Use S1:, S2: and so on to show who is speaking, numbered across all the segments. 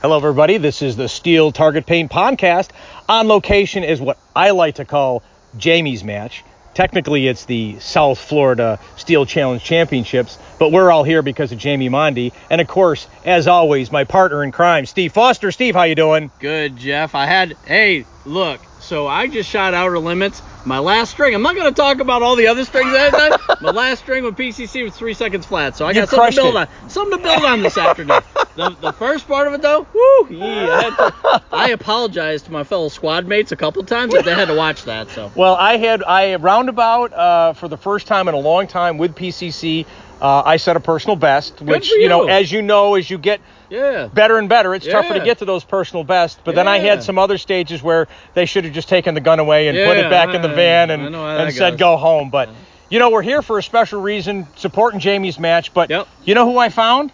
S1: Hello, everybody. This is the Steel Target Paint Podcast. On location is what I like to call Jamie's match. Technically, it's the South Florida Steel Challenge Championships, but we're all here because of Jamie Mondi, and of course, as always, my partner in crime, Steve Foster. Steve, how you doing?
S2: Good, Jeff. I had. Hey, look. So I just shot outer limits. My last string. I'm not going to talk about all the other strings I had. done. My last string with PCC was three seconds flat. So I got something
S1: crushed
S2: to build
S1: it.
S2: on. Something to build on this afternoon. The, the first part of it though, woo, yeah, I, had to- I apologized to my fellow squad mates a couple times if they had to watch that. So
S1: Well, I had I roundabout uh, for the first time in a long time with PCC. Uh, I set a personal best, which
S2: for
S1: you know,
S2: you.
S1: as you know, as you get
S2: yeah,
S1: better and better. It's tougher to
S2: Yeah.
S1: get to those personal bests. But then I
S2: Yeah.
S1: had some other stages where they should have just taken the gun away and put
S2: Yeah,
S1: it back in the
S2: I-
S1: van
S2: I
S1: and,
S2: know how
S1: and
S2: that
S1: said
S2: goes.
S1: go home. But you know we're here for a special reason, supporting Jamie's match. But
S2: Yep.
S1: you know who I found?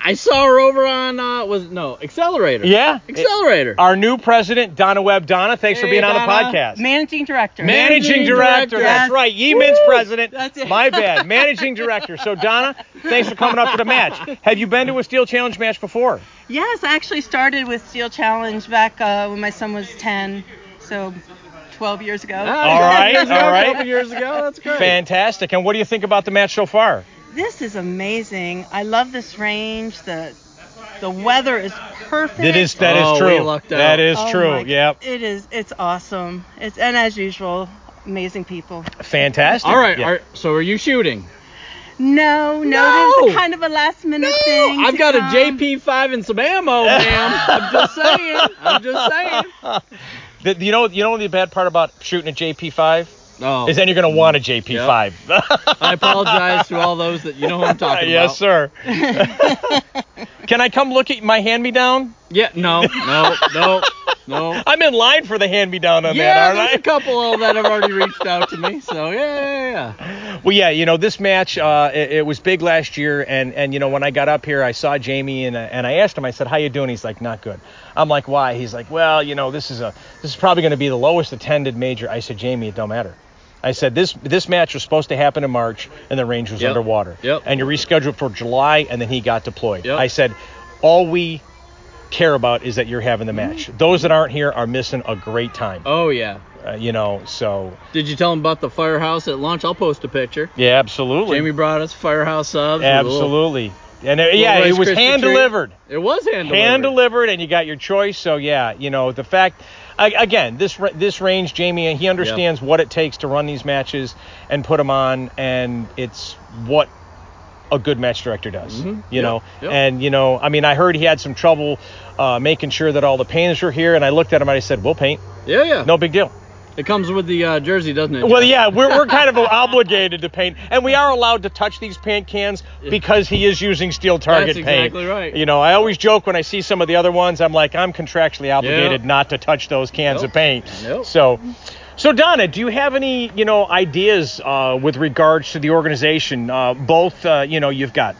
S2: I saw her over on uh, was no accelerator.
S1: Yeah,
S2: accelerator.
S1: our new president, Donna Webb. Donna, thanks for
S2: Hey,
S1: being on
S2: Donna.
S1: the podcast.
S3: Managing director.
S1: Managing
S2: Managing
S1: director,
S2: director.
S1: that's
S3: Yes.
S1: right. Yeeman's president.
S3: That's it.
S1: My bad. Managing director. So Donna, thanks for coming up for the match. Have you been to a steel challenge match before?
S3: Yes, I actually started with Steel Challenge back uh, when my son was 10, so 12 years ago.
S2: Ah.
S1: All right,
S2: Years ago,
S1: all right.
S2: A couple years ago, that's great.
S1: Fantastic. And what do you think about the match so far?
S3: This is amazing. I love this range. The the weather is perfect.
S1: That is that is
S2: Oh, we
S1: true.
S2: lucked out.
S1: That is
S3: Oh my
S1: true.
S3: g-
S1: Yep.
S3: It is. It's awesome. It's and as usual, amazing people.
S1: Fantastic.
S2: All right,
S1: Yeah.
S2: are, so are you shooting?
S3: No, no,
S2: No!
S3: it was a kind of a last minute thing.
S2: I've
S3: to
S2: got a
S3: come.
S2: JP5 and some ammo, ma'am. I'm just saying. I'm just saying.
S1: The- you know you know the bad part about shooting a JP5
S2: Oh,
S1: is then you're gonna want a JP5.
S2: I apologize to all those that you know who I'm talking
S1: yes,
S2: about.
S1: sir. Can I come look at my hand-me-down?
S2: Yes, sir. Yeah, no, no, no, no.
S1: I'm in line for the hand-me-down on
S2: Yeah,
S1: that,
S2: there's a
S1: aren't
S2: couple of that have already reached out to me. So yeah, yeah, yeah.
S1: I? Well, yeah, you know this match uh, it, it was big last year, and and you know when I got up here, I saw Jamie and uh, and I asked him, I said, how you doing? He's like, not good. I'm like, why? He's like, well, you know this is a this is probably going to be the lowest attended major. I said, Jamie, it don't matter. I said this this match was supposed to happen in March, and the range was
S2: Yep.
S1: underwater.
S2: Yep.
S1: And you rescheduled for July, and then he got deployed.
S2: Yep.
S1: I said, all we care about is that you're having the match. Those that aren't here are missing a great time.
S2: Mm-hmm. Oh yeah.
S1: Uh, you know, so
S2: Did you tell them about the firehouse at lunch? I'll post a picture.
S1: yeah, absolutely.
S2: Jamie brought us firehouse subs. with a little-
S1: Absolutely. And it, yeah,
S2: Rice
S1: it was
S2: Krispie
S1: hand
S2: treat.
S1: delivered.
S2: It was hand delivered.
S1: Hand delivered, and you got your choice. So yeah, you know the fact. I, again, this ra- this range, Jamie, he understands what it takes to run these matches and put them on, and it's what a good match director does.
S2: Mhm.
S1: You
S2: Yep.
S1: know,
S2: Yep.
S1: and you know, I mean, I heard he had some trouble uh, making sure that all the painters were here, and I looked at him and I said, "We'll paint,
S2: Yeah, yeah.
S1: no big deal."
S2: It comes with the uh, jersey, doesn't it?
S1: Well,
S2: Jeff?
S1: yeah, we're, we're kind of obligated to paint, and we are allowed to touch these paint cans because he is using steel target
S2: That's
S1: paint.
S2: exactly right.
S1: You know, I always joke when I see some of the other ones, I'm like, I'm contractually obligated
S2: Yep.
S1: not to touch those cans
S2: Nope.
S1: of paint.
S2: Nope.
S1: So, so Donna, do you have any, you know, ideas uh, with regards to the organization? Uh, both, uh, you know, you've got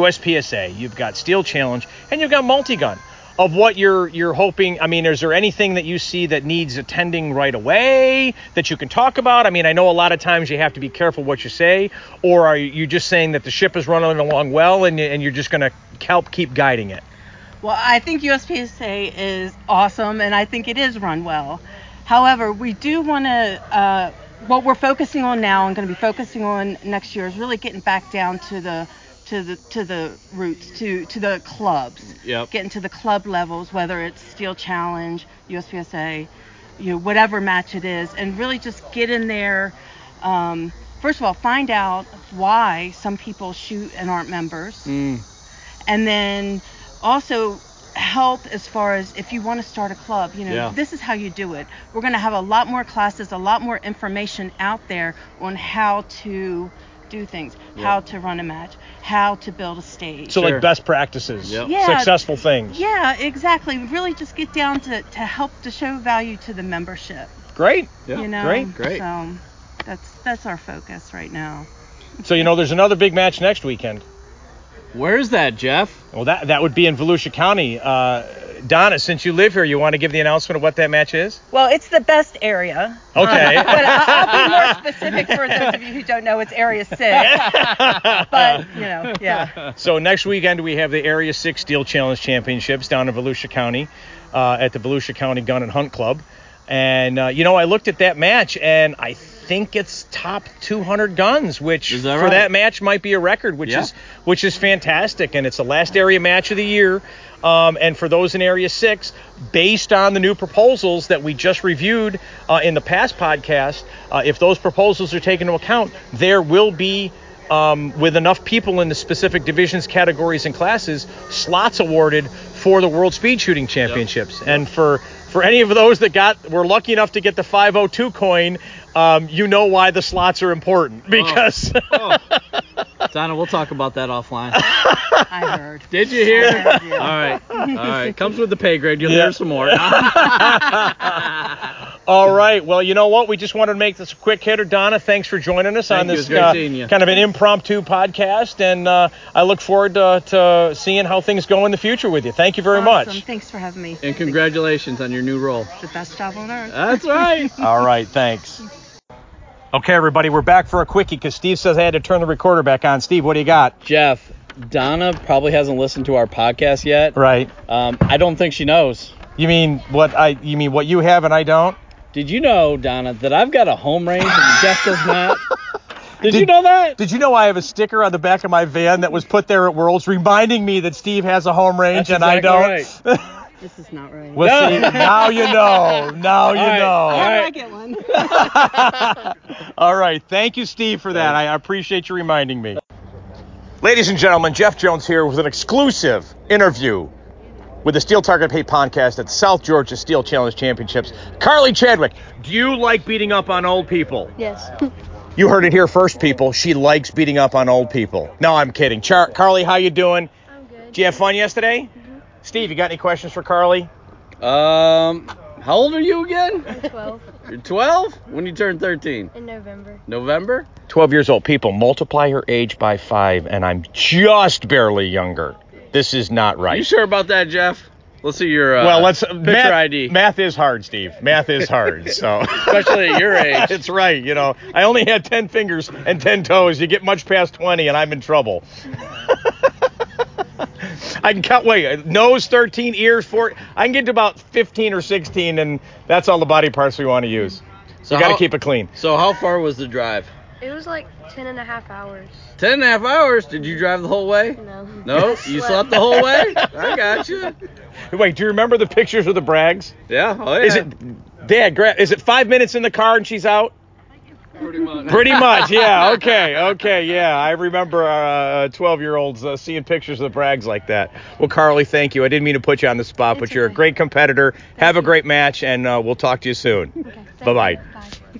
S1: USPSA, you've got Steel Challenge, and you've got Multigun. Of what you're you're hoping, I mean, is there anything that you see that needs attending right away that you can talk about? I mean, I know a lot of times you have to be careful what you say, or are you just saying that the ship is running along well and, you- and you're just going to help keep guiding it?
S3: Well, I think USPSA is awesome, and I think it is run well. However, we do want to. Uh, what we're focusing on now, and going to be focusing on next year, is really getting back down to the to the to the roots, to to the clubs.
S2: Yep.
S3: Getting to the club levels, whether it's Steel Challenge, USPSA, you know, whatever match it is, and really just get in there. Um, first of all, find out why some people shoot and aren't members
S2: Mm.
S3: and then also help as far as if you want to start a club you know
S2: Yeah.
S3: this is how you do it we're going to have a lot more classes a lot more information out there on how to do things
S2: Yeah.
S3: how to run a match how to build a stage
S1: So,
S2: Sure.
S1: like best practices,
S2: Yep.
S3: Yeah.
S1: successful things.
S3: yeah exactly really just get down to, to help to show value to the membership
S1: Great.
S2: Yeah.
S3: you know
S1: great,
S2: great.
S3: so that's that's our focus right now
S1: So, you know, there's another big match next weekend.
S2: Where's that, Jeff?
S1: Well, that that would be in Volusia County. Uh, Donna, since you live here, you want to give the announcement of what that match is?
S3: Well, it's the best area.
S1: Okay.
S3: Um, but I- I'll be more specific for those of you who don't know. It's Area 6.
S2: Uh.
S3: but, you know, yeah.
S1: So next weekend we have the Area 6 Steel Challenge Championships down in Volusia County uh, at the Volusia County Gun and Hunt Club. And uh, you know, I looked at that match and I think it's top 200 guns, which
S2: Is that
S1: for
S2: right?
S1: that match might be a record, which
S2: Yeah.
S1: is which is fantastic. And it's the last area match of the year. Um, and for those in Area 6, based on the new proposals that we just reviewed uh, in the past podcast, uh, if those proposals are taken into account, there will be, um, with enough people in the specific divisions, categories, and classes, slots awarded for the World Speed Shooting Championships. And for for any of those that got were lucky enough to get the 502 coin, um, you know why the slots are important because
S2: Oh. Donna, we'll talk about that offline.
S3: I heard.
S2: Did you hear?
S3: I did.
S2: All right. All right. Comes with the pay grade. You'll
S1: Yeah.
S2: hear some more.
S1: All right. Well, you know what? We just wanted to make this a quick hitter. Donna, thanks for joining us
S2: Thank
S1: on
S2: you.
S1: this
S2: It was great
S1: uh,
S2: seeing you.
S1: kind of an impromptu podcast, and uh, I look forward to, to seeing how things go in the future with you. Thank you very
S3: Awesome.
S1: much.
S3: Thanks for having me.
S2: and congratulations on your new role.
S3: The best job on earth.
S2: That's right.
S1: All right. Thanks. Okay, everybody, we're back for a quickie because Steve says I had to turn the recorder back on. Steve, what do you got?
S2: Jeff, Donna probably hasn't listened to our podcast yet.
S1: Right.
S2: Um, I don't think she knows.
S1: You mean what I? You mean what you have and I don't?
S2: Did you know, Donna, that I've got a home range and Jeff does not? Did, you know that?
S1: Did you know I have a sticker on the back of my van that was put there at Worlds, reminding me that Steve has a home range and
S2: That's
S1: I
S2: exactly
S1: don't?
S2: right.
S3: This is not right.
S1: Well,
S2: No.
S1: see, now you know. Now you
S2: right.
S1: know.
S2: All
S3: How do I
S2: right.
S3: get one?
S1: All right. Thank you, Steve, for that. I appreciate you reminding me. Ladies and gentlemen, Jeff Jones here with an exclusive interview with the Steel Target Pay podcast at South Georgia Steel Challenge Championships. Carly Chadwick, do you like beating up on old people?
S4: Yes.
S1: You heard it here first, people. She likes beating up on old people. No, I'm kidding. Char- Carly, how you doing?
S4: I'm good.
S1: Did you have fun yesterday? Steve, you got any questions for Carly?
S2: Um, how old are you again?
S4: 12
S2: You're 12? When you turn 13?
S4: in November.
S2: November?
S1: 12 years old. People, multiply her age by five, and I'm just barely younger. This is not
S2: You
S1: right.
S2: sure about that, Jeff? Let's see your uh,
S1: well, let's.
S2: picture
S1: math,
S2: ID.
S1: Math is hard, Steve. Math is hard. So.
S2: Especially at your age.
S1: it's right. You know, I only had 10 fingers and 10 toes. You get much past 20, and I'm in trouble. I can count. Wait, uh, nose 13, ears 4. I can get to about 15 or 16, and that's all the body parts we want to use. So you got to
S2: how-
S1: keep it clean.
S2: So how far was the drive?
S4: It was like 10 and a half hours.
S2: Ten and a half hours. Did you drive the whole way?
S4: No.
S2: No, you slept the whole way. I got you.
S1: Wait, do you remember the pictures of the Brags?
S2: Yeah. Oh yeah.
S1: Is it Dad? Gra- is it five minutes in the car and she's out?
S2: pretty much?
S1: Pretty much, yeah. Okay, okay, yeah. I remember uh, 12-year-olds uh, seeing pictures of the Brags like that. Well, Carly, thank you. I didn't mean to put you on the spot, but
S4: That's
S1: you're a
S4: okay.
S1: great competitor. Have a great match, and uh, we'll talk to you soon.
S4: Okay, thank
S1: Bye-bye.
S4: you. Bye.